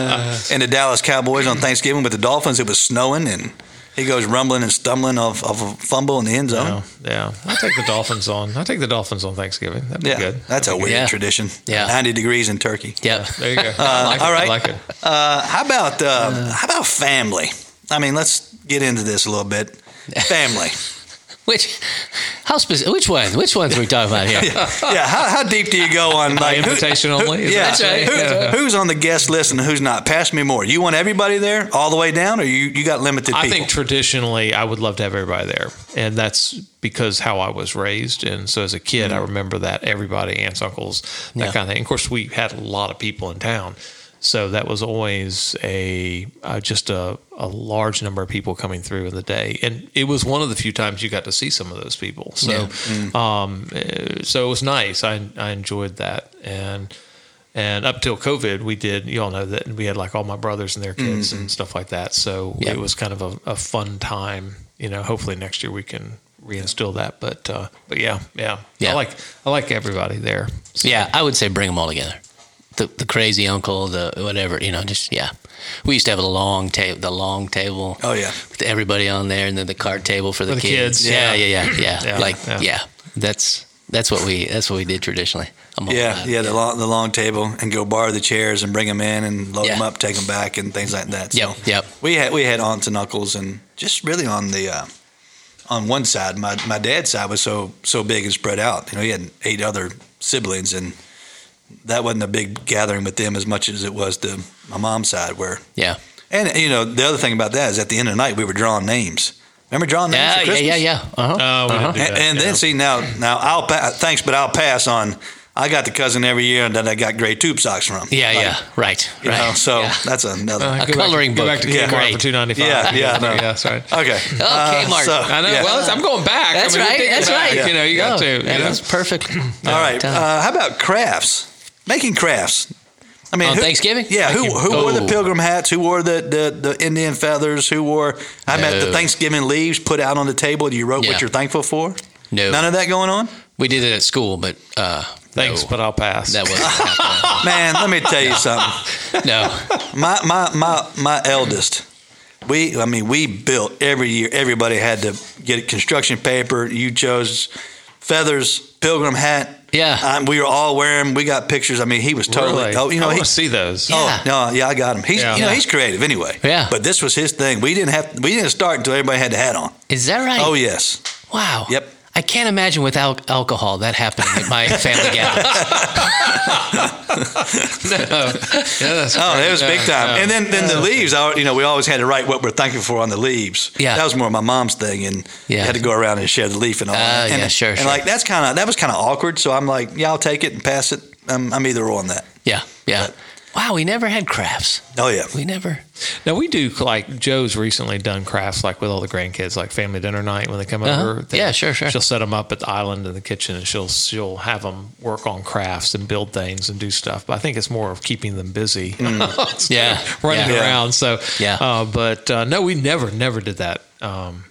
Speaker 1: and the Dallas Cowboys on Thanksgiving with the Dolphins. It was snowing and He goes rumbling and stumbling off, off a fumble in the end zone.
Speaker 2: Oh,
Speaker 3: Yeah, yeah. I take the Dolphins on. I take the Dolphins on Thanksgiving. That'd be
Speaker 1: Yeah,
Speaker 3: good.
Speaker 1: that's a weird
Speaker 2: Yeah.
Speaker 1: tradition.
Speaker 2: Yeah.
Speaker 1: 90 degrees in Turkey.
Speaker 2: Yep.
Speaker 3: There you go.
Speaker 1: Uh,
Speaker 3: I like it.
Speaker 1: all right.
Speaker 3: I like it.
Speaker 1: Uh, how about uh, how about family? I mean, let's get into this a little bit. Family.
Speaker 2: Which how specific? Which one? Which ones are we talking about here?
Speaker 1: yeah. How, how deep do you go on like Uh, who-
Speaker 3: invitation only? Is
Speaker 1: yeah.
Speaker 3: that what you're saying?
Speaker 1: Who- who's on the guest list and who's not? Pass me more. You want everybody there all the way down, or you you got limited
Speaker 3: I
Speaker 1: people?
Speaker 3: think traditionally I would love to have everybody there. And that's because how I was raised. And so as a kid, I remember that everybody, aunts, uncles, that
Speaker 2: Mm-hmm. Yeah.
Speaker 3: kind of thing. Of course, we had a lot of people in town. So that was always a uh, just a, a large number of people coming through in the day, and it was one of the few times you got to see some of those people. So,
Speaker 2: Yeah. Mm.
Speaker 3: um, eh, so it was nice. I I enjoyed that, and and up till COVID, we did. You all know that we had like all my brothers and their kids and stuff like that. So
Speaker 2: Yeah.
Speaker 3: it was kind of a, a fun time. You know, hopefully next year we can reinstill that. But uh, but yeah, yeah, I
Speaker 2: Yeah.
Speaker 3: like I like everybody there. So,
Speaker 2: Yeah, I would say bring them all together. The the crazy uncle, the whatever, you know, just yeah. We used to have the long table, the long table.
Speaker 1: Oh, yeah.
Speaker 2: with everybody on there, and then the card table for the,
Speaker 3: For the
Speaker 2: kids.
Speaker 3: kids,
Speaker 2: Yeah,
Speaker 3: yeah.
Speaker 2: yeah, yeah, yeah.
Speaker 3: Yeah,
Speaker 2: like
Speaker 3: yeah.
Speaker 2: yeah. that's that's what we that's what we did traditionally. I'm all
Speaker 1: Yeah,
Speaker 2: about it.
Speaker 1: yeah, the long, the long table, and go borrow the chairs and bring them in and load
Speaker 2: Yeah.
Speaker 1: them up, take them back, and things like that.
Speaker 2: Yep,
Speaker 1: So
Speaker 2: yep.
Speaker 1: We had we had aunts and uncles, and just really on the uh, on one side, my my dad's side was so so big and spread out. You know, he had eight other siblings, and that wasn't a big gathering with them as much as it was the my mom's side where.
Speaker 2: yeah,
Speaker 1: And you know, the other thing about that is at the end of the night we were drawing names. Remember drawing names?
Speaker 2: yeah,
Speaker 1: for
Speaker 2: yeah,
Speaker 1: Christmas?
Speaker 2: yeah, yeah. Uh-huh.
Speaker 3: Uh, we didn't do
Speaker 1: And,
Speaker 3: that,
Speaker 1: and
Speaker 3: yeah.
Speaker 1: then see now now I'll pa- thanks, but I'll pass on. I got the cousin every year that I got gray tube socks from.
Speaker 2: yeah,
Speaker 1: Like,
Speaker 2: yeah. Right,
Speaker 1: You
Speaker 2: right.
Speaker 1: know, so
Speaker 2: yeah.
Speaker 1: that's another.
Speaker 3: Uh,
Speaker 2: A
Speaker 3: go back-
Speaker 2: coloring
Speaker 3: Go
Speaker 2: book.
Speaker 3: back to
Speaker 1: Yeah.
Speaker 3: Kmart
Speaker 2: Great.
Speaker 3: for two ninety five.
Speaker 1: Yeah, yeah, no.
Speaker 3: yeah, that's right.
Speaker 1: okay. Uh,
Speaker 2: Oh, Kmart.
Speaker 1: so,
Speaker 3: I know.
Speaker 1: yeah.
Speaker 3: Well, it's- I'm going back.
Speaker 2: that's
Speaker 3: I mean, we
Speaker 2: right.
Speaker 3: did
Speaker 2: That's
Speaker 3: it back,
Speaker 2: right.
Speaker 3: You know, you got
Speaker 2: No,
Speaker 3: to. You
Speaker 2: That
Speaker 3: know?
Speaker 2: was perfect.
Speaker 1: all right.
Speaker 2: Done.
Speaker 1: Uh, how about crafts? Making crafts. I mean,
Speaker 2: On
Speaker 1: who-
Speaker 2: Thanksgiving?
Speaker 1: Yeah. Who,
Speaker 2: Thank you.
Speaker 1: who wore the
Speaker 2: Oh.
Speaker 1: pilgrim hats? Who wore the, the, the Indian feathers? Who wore? I met the
Speaker 2: No.
Speaker 1: Thanksgiving leaves put out on the table. You wrote
Speaker 2: Yeah.
Speaker 1: what you're thankful for.
Speaker 2: No.
Speaker 1: None of that going on.
Speaker 2: we did it at school, but uh,
Speaker 3: Thanks,
Speaker 2: no,
Speaker 3: but I'll pass.
Speaker 2: that was
Speaker 1: Man, let me tell you something.
Speaker 2: no.
Speaker 1: my my my my eldest. We I mean we built every year. Everybody had to get construction paper. You chose feathers, pilgrim hat.
Speaker 2: Yeah.
Speaker 1: Um, we were all wearing. 'em. We got pictures. I mean he was totally.
Speaker 3: Really?
Speaker 1: Oh, you know
Speaker 3: I
Speaker 1: he.
Speaker 3: want to see those.
Speaker 1: Oh no, yeah, I got him. He's
Speaker 3: Yeah.
Speaker 1: you know
Speaker 2: Yeah.
Speaker 1: he's creative anyway.
Speaker 2: Yeah.
Speaker 1: But this was his thing. We didn't have we didn't start until everybody had the hat on.
Speaker 2: Is that right?
Speaker 1: Oh yes.
Speaker 2: Wow.
Speaker 1: Yep.
Speaker 2: I can't imagine without alcohol that happening at my family gathering.
Speaker 3: Yeah, that's
Speaker 1: Oh,
Speaker 3: great.
Speaker 1: it was
Speaker 3: Yeah,
Speaker 1: big time.
Speaker 3: yeah.
Speaker 1: And then, then the leaves. I, you know, we always had to write what we're thankful for on the leaves.
Speaker 2: Yeah.
Speaker 1: that was more my mom's thing, and
Speaker 2: Yeah.
Speaker 1: had to go around and share the leaf and all.
Speaker 2: Ah,
Speaker 1: that. and,
Speaker 2: yeah, sure,
Speaker 1: And
Speaker 2: sure.
Speaker 1: like that's kind of that was kind of awkward. So I'm like, yeah, I'll take it and pass it. I'm, I'm either or on that.
Speaker 2: Yeah. Yeah. Wow. We never had crafts.
Speaker 1: Oh yeah,
Speaker 2: We never.
Speaker 3: Now we do like Joe's recently done crafts like with all the grandkids, like family dinner night when they come
Speaker 2: Uh-huh.
Speaker 3: over. they-
Speaker 2: Yeah, sure, sure.
Speaker 3: She'll set them up at the island in the kitchen, and she'll she'll have them work on crafts and build things and do stuff. But I think it's more of keeping them busy,
Speaker 1: Mm.
Speaker 2: Yeah.
Speaker 3: running
Speaker 2: Yeah.
Speaker 3: around. So
Speaker 2: Yeah.
Speaker 3: uh, but uh, no, we never never did that um,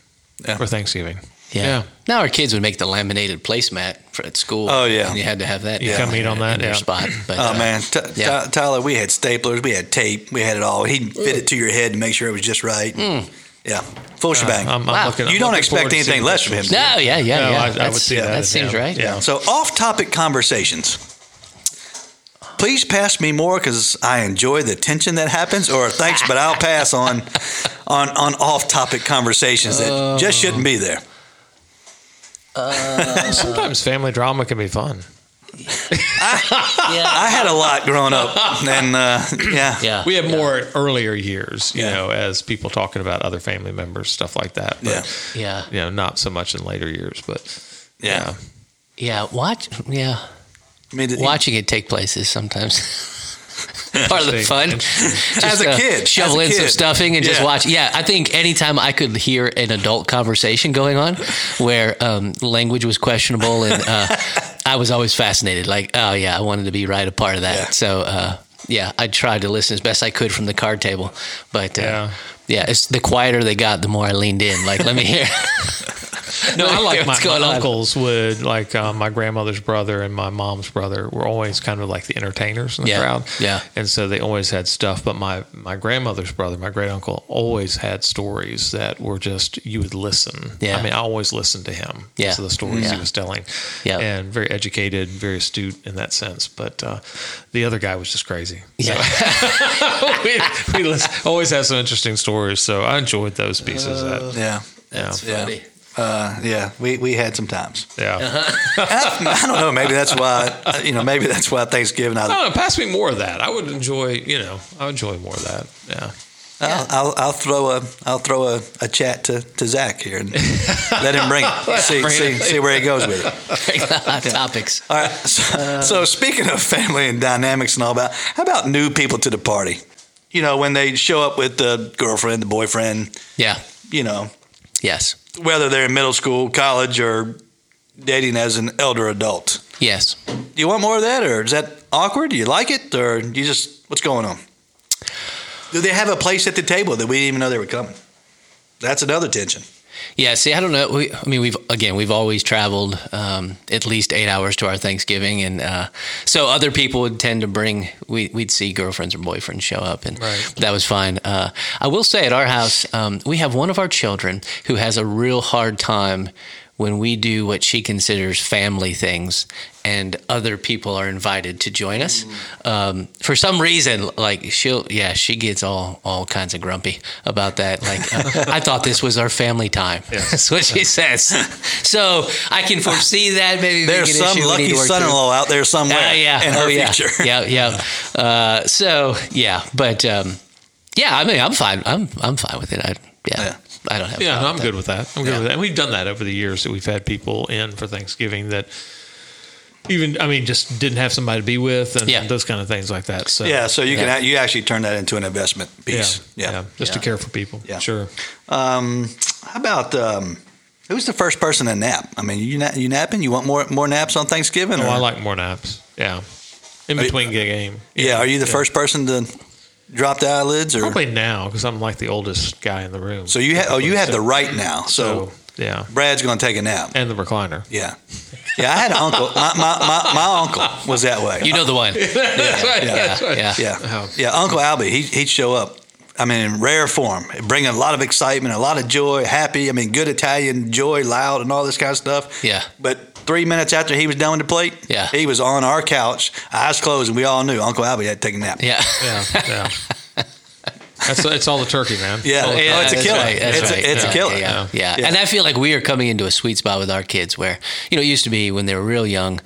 Speaker 1: Yeah.
Speaker 3: for Thanksgiving.
Speaker 2: Yeah. Now our kids would make the laminated placemat for, at school.
Speaker 1: Oh, yeah.
Speaker 2: And you had to have that.
Speaker 3: You
Speaker 2: in-
Speaker 3: come eat on that,
Speaker 2: in your
Speaker 3: yeah.
Speaker 2: spot. But,
Speaker 1: Oh
Speaker 2: uh,
Speaker 1: man, T-
Speaker 2: yeah.
Speaker 1: Ty- Tyler, we had staplers, we had tape, we had it all. He'd fit it to your head to make sure it was just right.
Speaker 2: Mm.
Speaker 1: Yeah,
Speaker 2: Uh,
Speaker 1: full shebang.
Speaker 3: I'm, I'm
Speaker 2: Wow.
Speaker 3: looking, I'm
Speaker 1: you don't
Speaker 3: looking forward
Speaker 1: expect
Speaker 3: to seeing
Speaker 1: anything less from
Speaker 3: pictures.
Speaker 1: him. do you?
Speaker 2: No. Yeah. Yeah.
Speaker 3: No,
Speaker 2: yeah.
Speaker 3: I- I would
Speaker 2: That's-
Speaker 3: see that
Speaker 2: That
Speaker 3: as-
Speaker 2: seems
Speaker 3: yeah.
Speaker 2: right.
Speaker 3: Yeah.
Speaker 1: So, off topic conversations. Please pass me more because I enjoy the tension that happens, or thanks, but I'll pass on on, on off topic conversations that just shouldn't be there.
Speaker 3: Sometimes family drama can be fun.
Speaker 2: Yeah.
Speaker 1: I had a lot growing up, and uh, yeah.
Speaker 2: Yeah.
Speaker 3: We have more in earlier years, you
Speaker 1: Yeah.
Speaker 3: know, as people talking about other family members, stuff like that.
Speaker 1: Yeah.
Speaker 2: Yeah.
Speaker 3: you know, not so much in later years, but
Speaker 1: Yeah.
Speaker 2: Yeah. Watch. Yeah.
Speaker 1: I mean,
Speaker 2: Watching it take place is sometimes. Part of the
Speaker 3: Interesting,
Speaker 2: fun.
Speaker 3: interesting.
Speaker 2: Just,
Speaker 1: a
Speaker 2: uh,
Speaker 1: kid, as
Speaker 2: shovel
Speaker 1: a
Speaker 2: in some
Speaker 1: kid.
Speaker 2: stuffing and just
Speaker 1: Yeah.
Speaker 2: watch. Yeah, I think anytime I could hear an adult conversation going on where um, language was questionable, and uh, I was always fascinated. Like, oh yeah, I wanted to be right a part of that.
Speaker 1: Yeah.
Speaker 2: So uh, yeah, I tried to listen as best I could from the card table, but uh,
Speaker 3: Yeah.
Speaker 2: yeah, it's the quieter they got, the more I leaned in. Like, let me hear.
Speaker 3: No, I like my,
Speaker 2: What's
Speaker 3: my
Speaker 2: going on?
Speaker 3: uncles would like uh, my grandmother's brother and my mom's brother were always kind of like the entertainers in the
Speaker 2: Yeah,
Speaker 3: crowd.
Speaker 2: yeah.
Speaker 3: and so they always had stuff. But my my grandmother's brother, my great uncle, always had stories that were just you would listen.
Speaker 2: Yeah.
Speaker 3: I mean, I always listened to him.
Speaker 2: Yeah.
Speaker 3: to the stories
Speaker 2: Yeah.
Speaker 3: he was telling.
Speaker 2: Yeah.
Speaker 3: and very educated, very astute in that sense. But uh, the other guy was just crazy.
Speaker 2: Yeah.
Speaker 3: we we listen, always have some interesting stories, so I enjoyed those pieces. that,
Speaker 1: Yeah.
Speaker 3: yeah,
Speaker 1: Yeah.
Speaker 2: funny.
Speaker 1: Uh, yeah. We, we had some times.
Speaker 3: yeah.
Speaker 1: Uh-huh. I don't know. Maybe that's why, uh, you know, maybe that's why Thanksgiving, I,
Speaker 3: I don't know. Pass me more of that. I would enjoy, you know, I would enjoy more of that. Oh, Yeah.
Speaker 1: I'll, I'll, I'll throw a I'll throw a, a chat to, to Zach here and let him bring it. see
Speaker 3: Bring
Speaker 1: see
Speaker 3: it.
Speaker 1: see where he goes with it.
Speaker 2: Hot topics.
Speaker 1: All right. So,
Speaker 2: Uh,
Speaker 1: so speaking of family and dynamics and all that, how about new people to the party? You know, when they show up with the girlfriend, the boyfriend,
Speaker 2: Yeah.
Speaker 1: you know,
Speaker 2: Yes.
Speaker 1: whether they're in middle school, college, or dating as an elder adult.
Speaker 2: Yes.
Speaker 1: Do you want more of that, or is that awkward? Do you like it, or do you just what's going on? Do they have a place at the table that we didn't even know they were coming? That's another tension.
Speaker 2: Yeah. See, I don't know. We, I mean, we've again, we've always traveled um, at least eight hours to our Thanksgiving, and uh, so other people would tend to bring. We, we'd see girlfriends or boyfriends show up, and
Speaker 3: Right.
Speaker 2: that was fine. Uh, I will say, at our house, um, we have one of our children who has a real hard time when we do what she considers family things and other people are invited to join us um, for some reason like she'll yeah she gets all all kinds of grumpy about that like uh, i thought this was our family time that's what she says so i can foresee that maybe being
Speaker 1: There's
Speaker 2: an
Speaker 1: some
Speaker 2: issue we need
Speaker 1: lucky
Speaker 2: to work through.
Speaker 1: son-in-law out there somewhere
Speaker 2: Ah, yeah.
Speaker 1: in her
Speaker 2: oh, yeah.
Speaker 1: future.
Speaker 2: Yeah, yeah. Uh, so yeah, but um, yeah, I mean, I'm fine. I'm I'm fine with it. I yeah,
Speaker 1: Yeah.
Speaker 2: I don't have. a
Speaker 3: Yeah,
Speaker 2: problem
Speaker 3: no, I'm
Speaker 2: with
Speaker 3: good with that. I'm good
Speaker 2: Yeah.
Speaker 3: with that. And we've done that over the years that we've had people in for Thanksgiving that even, I mean, just didn't have somebody to be with and
Speaker 2: Yeah.
Speaker 3: those kind of things like that. So,
Speaker 1: Yeah, so you
Speaker 2: Yeah.
Speaker 1: can you actually turn that into an investment
Speaker 3: Yeah.
Speaker 1: piece.
Speaker 3: yeah.
Speaker 1: Yeah.
Speaker 3: Just to
Speaker 2: Yeah.
Speaker 3: care for people.
Speaker 1: Yeah.
Speaker 3: Sure.
Speaker 1: Um, how about um, who's the first person to nap? I mean, you na- you napping? You want more more naps on Thanksgiving?
Speaker 3: Oh,
Speaker 1: or-
Speaker 3: I like more naps. Yeah. In
Speaker 1: Are you-
Speaker 3: between game.
Speaker 1: Yeah. Are you the first person to drop the eyelids? Or
Speaker 3: Probably now because I'm like the oldest guy in the room.
Speaker 1: so you ha- oh you had the right now. So,
Speaker 3: So, yeah.
Speaker 1: Brad's going to take a nap.
Speaker 3: And the recliner.
Speaker 1: Yeah. Yeah, I had an uncle. My, my, my, my uncle was that way.
Speaker 2: that. You know the one. yeah,
Speaker 3: That's right.
Speaker 1: yeah,
Speaker 3: That's right.
Speaker 2: yeah.
Speaker 1: Yeah,
Speaker 3: Oh.
Speaker 1: yeah. Uncle Albie, he, he'd show up. I mean, in rare form, bringing a lot of excitement, a lot of joy, happy. I mean, good Italian joy, loud, and all this kind of stuff.
Speaker 2: Yeah.
Speaker 1: But three minutes after he was done with the plate,
Speaker 2: Yeah.
Speaker 1: he was on our couch, eyes closed, and we all knew Uncle Albie had to take a nap.
Speaker 2: Yeah.
Speaker 3: Yeah. Yeah. That's, it's all the turkey, man.
Speaker 1: Yeah.
Speaker 3: All the
Speaker 1: Oh, it's a
Speaker 2: that's
Speaker 3: turkey.
Speaker 1: killer.
Speaker 2: right, that's
Speaker 1: It's a-
Speaker 2: right.
Speaker 1: it's a
Speaker 2: Yeah,
Speaker 1: killer.
Speaker 2: Yeah, yeah, yeah.
Speaker 1: Yeah.
Speaker 2: And I feel like we are coming into a sweet spot with our kids where, you know, it used to be when they were real young,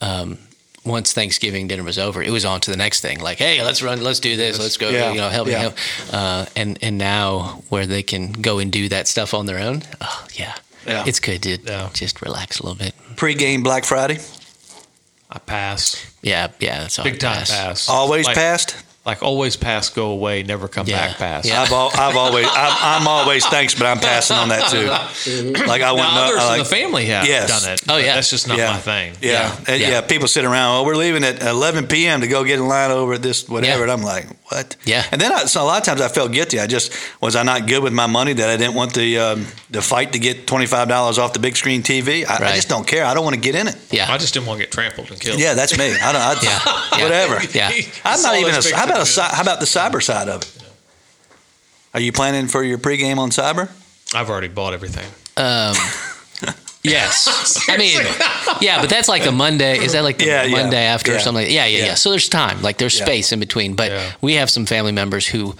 Speaker 2: um, once Thanksgiving dinner was over, it was on to the next thing. Like, hey, let's run, let's do this, let's go,
Speaker 1: Yeah.
Speaker 2: you know, help me
Speaker 1: Yeah.
Speaker 2: help. Uh, and and now where they can go and do that stuff on their own, oh yeah,
Speaker 1: Yeah.
Speaker 2: it's good to
Speaker 3: Yeah.
Speaker 2: just relax a little bit.
Speaker 1: Pre-game Black Friday,
Speaker 3: I pass.
Speaker 2: Yeah, yeah, that's all.
Speaker 3: Big time
Speaker 2: Pass.
Speaker 3: pass.
Speaker 1: always
Speaker 3: like,
Speaker 1: passed.
Speaker 3: Like always pass, go away, never come
Speaker 2: Yeah.
Speaker 3: back pass.
Speaker 2: Yeah.
Speaker 1: I've, al- I've always, I'm, I'm always thanks, but I'm passing on that too. Like I
Speaker 3: Now,
Speaker 1: wouldn't know.
Speaker 3: others
Speaker 1: I
Speaker 3: in
Speaker 1: like-
Speaker 3: the family have
Speaker 1: Yes.
Speaker 3: done it.
Speaker 2: Oh,
Speaker 3: but
Speaker 2: yeah.
Speaker 3: That's just not
Speaker 1: yeah.
Speaker 3: my thing.
Speaker 1: Yeah.
Speaker 2: Yeah.
Speaker 1: And,
Speaker 2: Yeah.
Speaker 1: yeah. People sit around. Oh, we're leaving at 11 p.m. to go get in line over at this whatever.
Speaker 2: Yeah.
Speaker 1: And I'm like, what?
Speaker 2: Yeah.
Speaker 1: And then I, so a lot of times I felt guilty. I just was I not good with my money that I didn't want the um, the fight to get twenty five dollars off the big screen TV. I, I
Speaker 2: Right.
Speaker 1: just don't care. I don't want to get in it.
Speaker 2: Yeah,
Speaker 3: I just didn't want to get trampled and killed.
Speaker 1: Yeah, that's me. I don't. I,
Speaker 2: Yeah. Yeah.
Speaker 1: Whatever.
Speaker 2: Yeah.
Speaker 1: I'm
Speaker 3: Saw
Speaker 1: not even.
Speaker 3: those
Speaker 1: A, how about a,
Speaker 3: pictures.
Speaker 1: cy- how about the cyber side of it? Are you planning for your pregame on cyber?
Speaker 3: I've already bought everything.
Speaker 2: um, yes. I mean, yeah, but that's like a Monday. Is that like the
Speaker 1: Yeah, yeah.
Speaker 2: Monday after
Speaker 1: Yeah.
Speaker 2: or something? Like, yeah, yeah,
Speaker 1: Yeah.
Speaker 2: yeah, So there's time, like there's
Speaker 1: Yeah.
Speaker 2: space in between. But
Speaker 3: Yeah.
Speaker 2: we have some family members who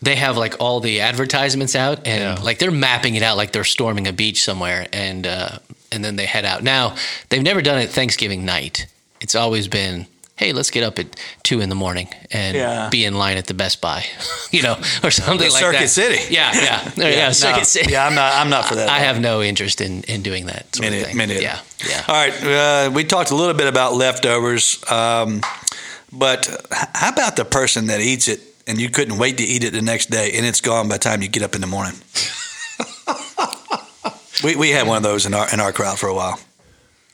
Speaker 2: they have like all the advertisements out and
Speaker 3: Yeah.
Speaker 2: like they're mapping it out like they're storming a beach somewhere and uh, and then they head out. Now they've never done it Thanksgiving night. It's always been. Hey, let's get up at two in the morning and
Speaker 1: Yeah.
Speaker 2: be in line at the Best Buy, you know, or something like
Speaker 1: Circuit
Speaker 2: that.
Speaker 1: City.
Speaker 2: Yeah, yeah, yeah,
Speaker 1: no.
Speaker 2: Circuit City.
Speaker 1: Yeah, I'm not. I'm not for that.
Speaker 2: I have no interest in in doing that sort
Speaker 1: Minute,
Speaker 2: of thing.
Speaker 1: minute.
Speaker 2: Yeah, yeah.
Speaker 1: All right, uh, we talked a little bit about leftovers, um, but h- how about the person that eats it and you couldn't wait to eat it the next day and it's gone by the time you get up in the morning? we, we had one of those in our in our crowd for a while.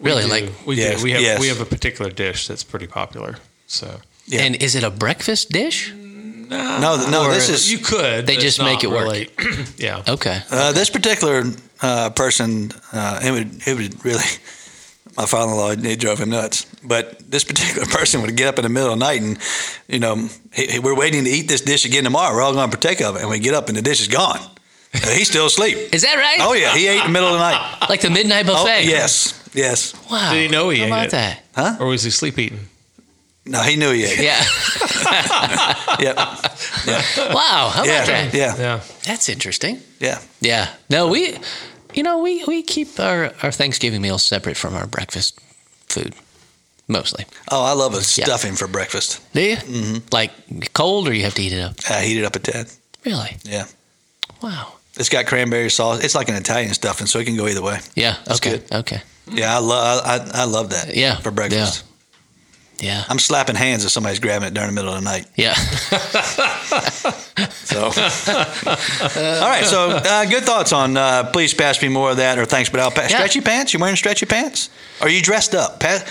Speaker 2: Really,
Speaker 3: We do.
Speaker 2: Oh, like-
Speaker 3: we
Speaker 1: Yes,
Speaker 3: do. We have
Speaker 1: yes.
Speaker 3: we have a particular dish that's pretty popular. So
Speaker 1: Yeah.
Speaker 2: And is it a breakfast dish?
Speaker 1: No, th- no,
Speaker 2: Or
Speaker 1: this is
Speaker 3: you could.
Speaker 2: They
Speaker 3: but
Speaker 2: just
Speaker 3: it's
Speaker 2: make
Speaker 3: not
Speaker 2: it work.
Speaker 3: really- yeah.
Speaker 2: Okay.
Speaker 1: uh, this particular uh, person, uh, it would it would really. My father-in-law, it drove him nuts. But this particular person would get up in the middle of the night, and you know, he, he- we're waiting to eat this dish again tomorrow. We're all going to partake of it, and we get up, and the dish is gone. And he's still asleep.
Speaker 2: Is that right?
Speaker 1: Oh yeah, he ate in the middle of the night.
Speaker 2: Like the midnight buffet.
Speaker 1: Oh yes, yes.
Speaker 2: Wow.
Speaker 3: Did he know he
Speaker 2: How
Speaker 3: ate
Speaker 2: about
Speaker 3: it?
Speaker 2: that?
Speaker 3: Or was he sleep eating?
Speaker 1: No, he knew he ate. it.
Speaker 2: Yeah.
Speaker 1: Yep.
Speaker 2: wow. How
Speaker 1: Yeah.
Speaker 2: about that?
Speaker 1: Yeah. Yeah.
Speaker 3: Yeah.
Speaker 2: That's interesting.
Speaker 1: Yeah.
Speaker 2: Yeah. No, we, you know, we, we keep our, our Thanksgiving meals separate from our breakfast food, mostly.
Speaker 1: Oh, I love a
Speaker 2: Yeah.
Speaker 1: stuffing for breakfast.
Speaker 2: Do you? Mm-hmm. Like cold or you have to eat it up?
Speaker 1: I heat it up at ten.
Speaker 2: Really?
Speaker 1: Yeah.
Speaker 2: Wow.
Speaker 1: It's got cranberry sauce. It's like an Italian stuffing, so it can go either way.
Speaker 2: Yeah.
Speaker 1: That's
Speaker 2: okay.
Speaker 1: good.
Speaker 2: Okay.
Speaker 1: Yeah, I love. I, I love that.
Speaker 2: Yeah.
Speaker 1: For breakfast,
Speaker 2: Yeah.
Speaker 1: I'm slapping hands if somebody's grabbing it during the middle of the night.
Speaker 2: Yeah.
Speaker 1: So, all right. So, uh, good thoughts on. Uh, please pass me more of that, or thanks, but I'll pass.
Speaker 2: Yeah.
Speaker 1: Stretchy pants? You wearing stretchy pants? Are you dressed up? Pass,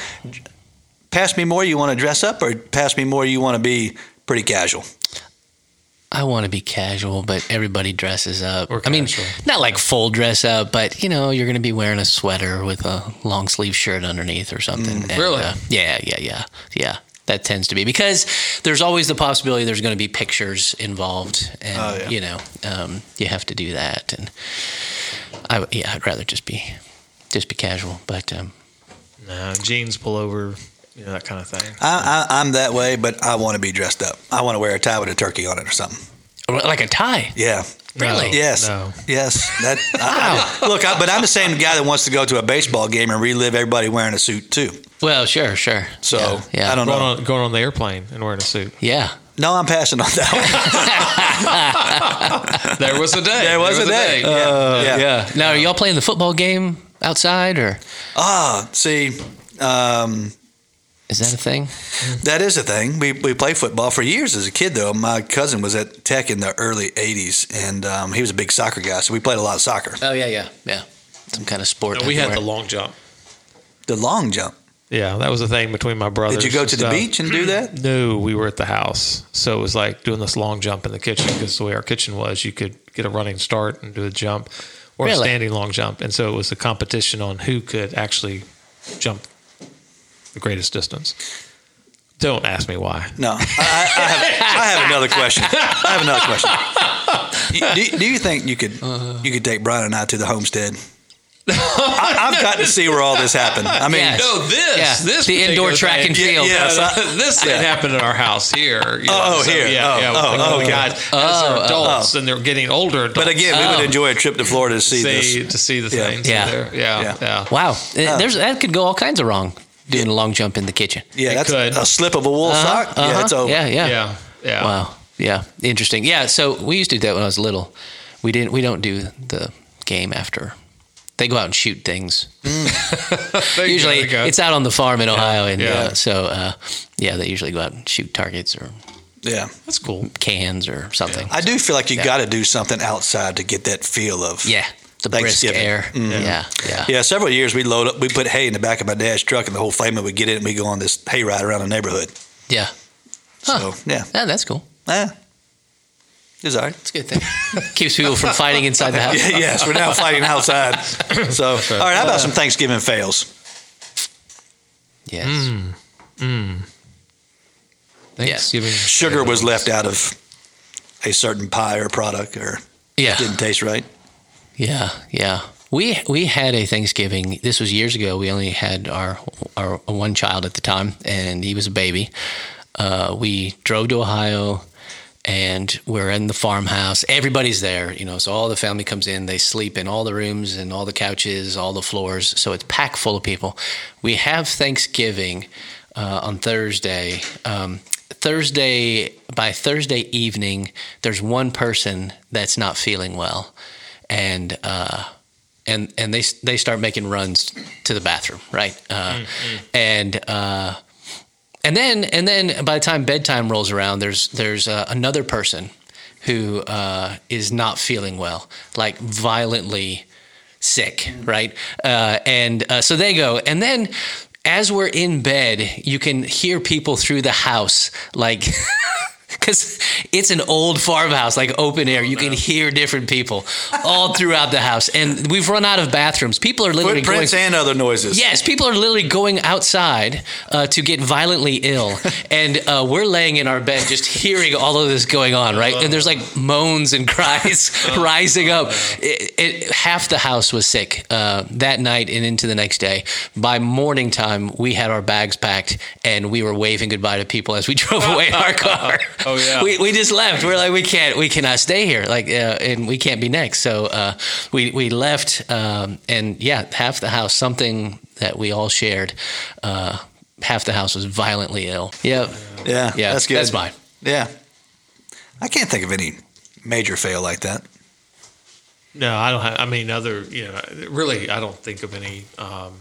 Speaker 1: pass me more. You want to dress up, or pass me more. You want to be pretty casual.
Speaker 2: I want to be casual, but everybody dresses up.
Speaker 3: We're
Speaker 2: I mean,
Speaker 3: casual.
Speaker 2: not like full dress up, but you know, you're going to be wearing a sweater with a long sleeve shirt underneath or something.
Speaker 1: Mm,
Speaker 2: And,
Speaker 3: Really?
Speaker 2: uh, yeah, yeah, yeah, yeah. That tends to be because there's always the possibility there's going to be pictures involved, and
Speaker 1: Oh, yeah.
Speaker 2: you know, um, you have to do that. And I, w- yeah, I'd rather just be just be casual, but um,
Speaker 3: No, jeans, pullover, you know, that kind of thing.
Speaker 1: I, I, I'm that way, but I want to be dressed up. I want to wear a tie with a turkey on it or something.
Speaker 2: like a tie,
Speaker 1: Yeah.
Speaker 2: really?
Speaker 3: No.
Speaker 1: Yes.
Speaker 3: No.
Speaker 1: Yes. That. I- I- look, I, but I'm the same guy that wants to go to a baseball game and relive everybody wearing a suit too.
Speaker 2: Well, sure, sure.
Speaker 1: So
Speaker 2: yeah.
Speaker 1: I don't
Speaker 3: Going
Speaker 1: know.
Speaker 3: on, going on the airplane and wearing a suit.
Speaker 2: Yeah,
Speaker 1: No, I'm passing on that one.
Speaker 3: There was a day.
Speaker 1: There was a day. Uh,
Speaker 3: yeah.
Speaker 1: yeah.
Speaker 2: Now, are y'all playing the football game outside, or
Speaker 1: Ah, see, um,
Speaker 2: is that a thing?
Speaker 1: that is a thing. We, we played football for years as a kid, though. My cousin was at Tech in the early 80s, and um, he was a big soccer guy, so we played a lot of soccer.
Speaker 2: Oh yeah, yeah, yeah. Some kind of sport.
Speaker 3: No, we had
Speaker 2: everywhere.
Speaker 3: the long jump.
Speaker 1: The long jump.
Speaker 3: Yeah, that was a thing between my brothers.
Speaker 1: Did you go
Speaker 3: and
Speaker 1: to the
Speaker 3: stuff.
Speaker 1: beach and do that?
Speaker 3: No, we were at the house, so it was like doing this long jump in the kitchen because the way our kitchen was, you could get a running start and do a jump or a
Speaker 2: Really?
Speaker 3: standing long jump, and so it was a competition on who could actually jump the greatest distance. Don't ask me why.
Speaker 1: No. I, I, I, have, I have another question. I have another question. You- Do, do you think you could you could take Brian and I to the homestead? I, I've got to see where all this happened. I mean,
Speaker 2: Yes. No, this- Yeah, this the indoor particular track and thing-
Speaker 1: field. yes, I-
Speaker 3: this
Speaker 1: yeah.
Speaker 3: thing happened in our house uh, here. you
Speaker 1: Oh, here.
Speaker 3: Yeah,
Speaker 1: Oh,
Speaker 3: yeah.
Speaker 1: oh,
Speaker 3: with the
Speaker 1: okay.
Speaker 3: guys, as they're adults and they're getting older. Adults,
Speaker 1: but again, we
Speaker 2: Oh.
Speaker 1: would enjoy a trip to Florida to see this.
Speaker 3: oh. see, to see the
Speaker 1: Yeah.
Speaker 3: things.
Speaker 2: Yeah.
Speaker 3: there. yeah,
Speaker 1: Yeah.
Speaker 3: yeah,
Speaker 2: Wow, Uh, there's that could go all kinds of wrong doing a long jump in the kitchen.
Speaker 1: Yeah,
Speaker 3: It
Speaker 1: that's
Speaker 3: could.
Speaker 1: a slip of a wool sock. Yeah,
Speaker 2: Uh-huh.
Speaker 1: it's over.
Speaker 2: Yeah, yeah,
Speaker 3: yeah, yeah.
Speaker 2: Wow. Yeah, interesting. Yeah, so we used to do that when I was little. We didn't. We don't do the game after. They go out and shoot things.
Speaker 3: There you go,
Speaker 2: usually,
Speaker 3: there you go.
Speaker 2: it's out on the farm in Ohio, and
Speaker 3: yeah.
Speaker 2: Uh, so uh, yeah, they usually go out and shoot targets or
Speaker 1: yeah.
Speaker 3: that's cool.
Speaker 2: cans or something.
Speaker 1: I do feel like you got to do something outside to get that feel of.
Speaker 2: Yeah, the brisk
Speaker 1: Thanksgiving.
Speaker 2: air. Yeah, yeah.
Speaker 1: Yeah, several years we load up, we put hay in the back of my dad's truck, and the whole family would get in and we go on this hay ride around the neighborhood.
Speaker 2: Yeah. Huh.
Speaker 1: So, yeah.
Speaker 2: Yeah, that's cool.
Speaker 1: Eh, it's all right.
Speaker 2: It's a good thing. Keeps people from fighting inside the house.
Speaker 1: yes, we're now fighting outside. So, all right, how about some Thanksgiving fails?
Speaker 2: Yes. Mm.
Speaker 3: Thanksgiving.
Speaker 1: Sugar was left out of a certain pie or product or
Speaker 2: Yeah.
Speaker 1: didn't taste right.
Speaker 2: Yeah. Yeah. We we had a Thanksgiving. This was years ago. We only had our our one child at the time, and he was a baby. Uh, we drove to Ohio, and we're in the farmhouse. Everybody's there, you know. So all the family comes in. They sleep in all the rooms and all the couches, all the floors. So it's packed full of people. We have Thanksgiving uh, on Thursday. Um, Thursday by Thursday evening, there's one person that's not feeling well, and uh, and and they they start making runs to the bathroom, right? Uh, And uh, and then and then by the time bedtime rolls around, there's there's uh, another person who uh, is not feeling well, like violently sick, right? Uh, and uh, so they go, and then as we're in bed, you can hear people through the house like. because it's an old farmhouse, like open air. You can hear different people all throughout the house, and we've run out of bathrooms. People are literally going.
Speaker 1: Footprints and other noises.
Speaker 2: Yes, people are literally going outside uh, to get violently ill, and uh, we're laying in our bed just hearing all of this going on, right? And there's like moans and cries rising up. It, it, half the house was sick uh, that night and into the next day. By morning time, we had our bags packed and we were waving goodbye to people as we drove away in our car.
Speaker 3: Oh, yeah.
Speaker 2: we, we just left. We're like, we can't, we cannot stay here. Like, uh, and we can't be next. So uh, we we left, um, and yeah, half the house, something that we all shared, uh, half the house was violently ill. Yep.
Speaker 1: Yeah.
Speaker 2: Yeah,
Speaker 1: That's good.
Speaker 2: that's mine.
Speaker 1: Yeah. I can't think of any major fail like that.
Speaker 3: No, I don't have. I mean, other you know, really, I don't think of any. Um,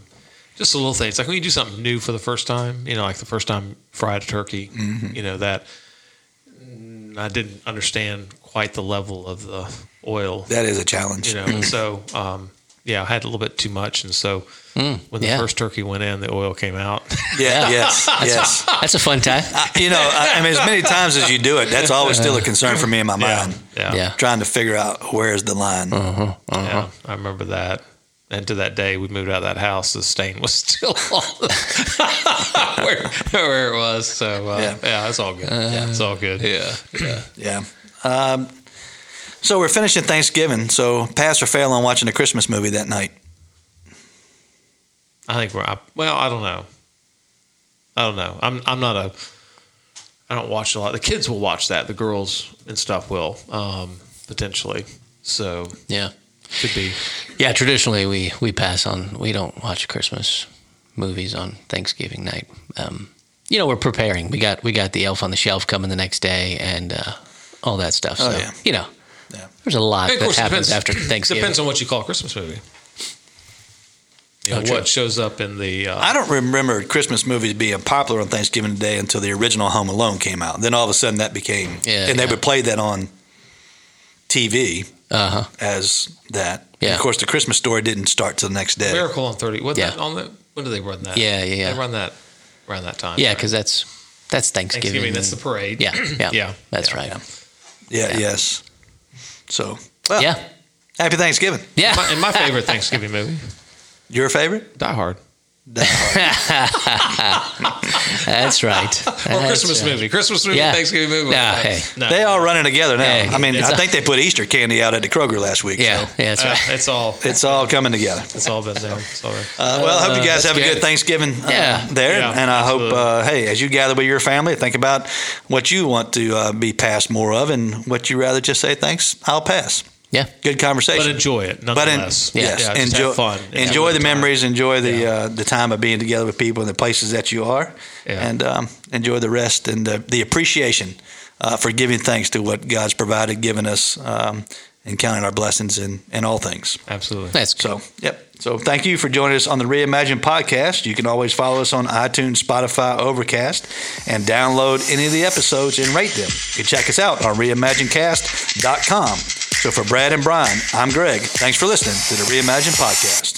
Speaker 3: just the little things like when you do something new for the first time, you know, like the first time fried turkey, you know that mm, I didn't understand quite the level of the oil,
Speaker 1: That is a challenge.
Speaker 3: you know, and so um, yeah, I had a little bit too much, and so when the
Speaker 2: yeah.
Speaker 3: first turkey went in, the oil came out.
Speaker 1: Yeah. Yes. yes.
Speaker 2: That's a fun time.
Speaker 1: I- you know, I, I mean, as many times as you do it, that's always still a concern for me in my
Speaker 3: yeah,
Speaker 1: mind.
Speaker 3: yeah, Uh-huh.
Speaker 2: Yeah.
Speaker 1: Trying to figure out where's the line.
Speaker 2: Uh-huh,
Speaker 3: yeah. I remember that. And to that day, we moved out of that house. The stain was still all where, where it was. So uh,
Speaker 1: Yeah.
Speaker 3: yeah. it's all good. yeah, it's all good. Yeah,
Speaker 1: Yeah. Um, so we're finishing Thanksgiving. So pass or fail on watching a Christmas movie that night.
Speaker 3: I think we're. I, well, I don't know. I don't know. I'm. I'm not a. I don't watch a lot. The kids will watch that. The girls and stuff will um, potentially. So
Speaker 2: Yeah.
Speaker 3: could be.
Speaker 2: Yeah, traditionally we we pass on. We don't watch Christmas movies on Thanksgiving night. Um, you know, we're preparing. We got we got the Elf on the Shelf coming the next day, and uh, all that stuff. So
Speaker 1: Oh, yeah.
Speaker 2: you know,
Speaker 1: Yeah.
Speaker 2: there's a lot
Speaker 3: And
Speaker 2: that happens after Thanksgiving.
Speaker 3: Depends on what you call a Christmas movie. You know,
Speaker 2: Oh, true.
Speaker 3: what shows up in the. Uh,
Speaker 1: I don't remember Christmas movies being popular on Thanksgiving Day until the original Home Alone came out. Then all of a sudden that became,
Speaker 2: Yeah,
Speaker 1: and they
Speaker 2: yeah.
Speaker 1: would play that on TV
Speaker 2: Uh huh.
Speaker 1: as that.
Speaker 2: Yeah.
Speaker 1: Of course, the Christmas story didn't start till the next day.
Speaker 3: Miracle on Thirty. What
Speaker 2: Yeah.
Speaker 3: that, on the when do they run that?
Speaker 2: Yeah, yeah, yeah.
Speaker 3: They run that around that time.
Speaker 2: Yeah,
Speaker 3: right?
Speaker 2: because that's that's Thanksgiving.
Speaker 3: Thanksgiving. That's the parade.
Speaker 2: yeah, yeah,
Speaker 3: yeah.
Speaker 2: That's
Speaker 3: Yeah.
Speaker 2: right.
Speaker 1: Yeah,
Speaker 2: Yeah.
Speaker 1: Yes. So, well,
Speaker 2: Yeah,
Speaker 1: happy Thanksgiving.
Speaker 2: yeah.
Speaker 3: My, and my favorite Thanksgiving movie,
Speaker 1: Your favorite?
Speaker 3: Die Hard,
Speaker 2: that's right.
Speaker 3: or Christmas movie, Christmas movie,
Speaker 2: Yeah.
Speaker 3: Thanksgiving movie.
Speaker 2: Yeah, hey.
Speaker 3: no,
Speaker 1: They all running together now.
Speaker 2: Yeah,
Speaker 1: I mean,
Speaker 2: it's
Speaker 1: I
Speaker 2: a-
Speaker 1: think they put Easter candy out at the Kroger last week.
Speaker 2: Yeah,
Speaker 1: so
Speaker 2: yeah. That's
Speaker 3: Uh,
Speaker 2: right.
Speaker 3: it's all.
Speaker 1: it's all coming together.
Speaker 3: It's all been there. It's all there.
Speaker 1: Uh, well, I hope you guys have a good
Speaker 2: good.
Speaker 1: Thanksgiving uh,
Speaker 2: Yeah.
Speaker 1: there,
Speaker 3: Yeah,
Speaker 1: and I hope,
Speaker 3: absolutely.
Speaker 1: uh, hey, as you gather with your family, think about what you want to uh, be passed more of, and what you rather just say thanks. I'll pass.
Speaker 2: Yeah,
Speaker 1: Good conversation.
Speaker 3: but enjoy it
Speaker 1: But en-
Speaker 3: nonetheless.
Speaker 1: yes,
Speaker 3: yeah, just
Speaker 1: enjoy
Speaker 3: have fun.
Speaker 1: enjoy the
Speaker 3: memory.
Speaker 1: memories, enjoy the uh, the time of being together with people in the places that you are,
Speaker 3: Yeah.
Speaker 1: and um, enjoy the rest and the, the appreciation uh, for giving thanks to what God's provided, given us, um, and counting our blessings in, in all things.
Speaker 3: Absolutely.
Speaker 2: that's good.
Speaker 1: So, yep. So, thank you for joining us on the Reimagine podcast. You can always follow us on iTunes, Spotify, Overcast, and download any of the episodes and rate them. You can check us out on reimaginecast.com. So, for Brad and Brian, I'm Greg. Thanks for listening to the Reimagine podcast.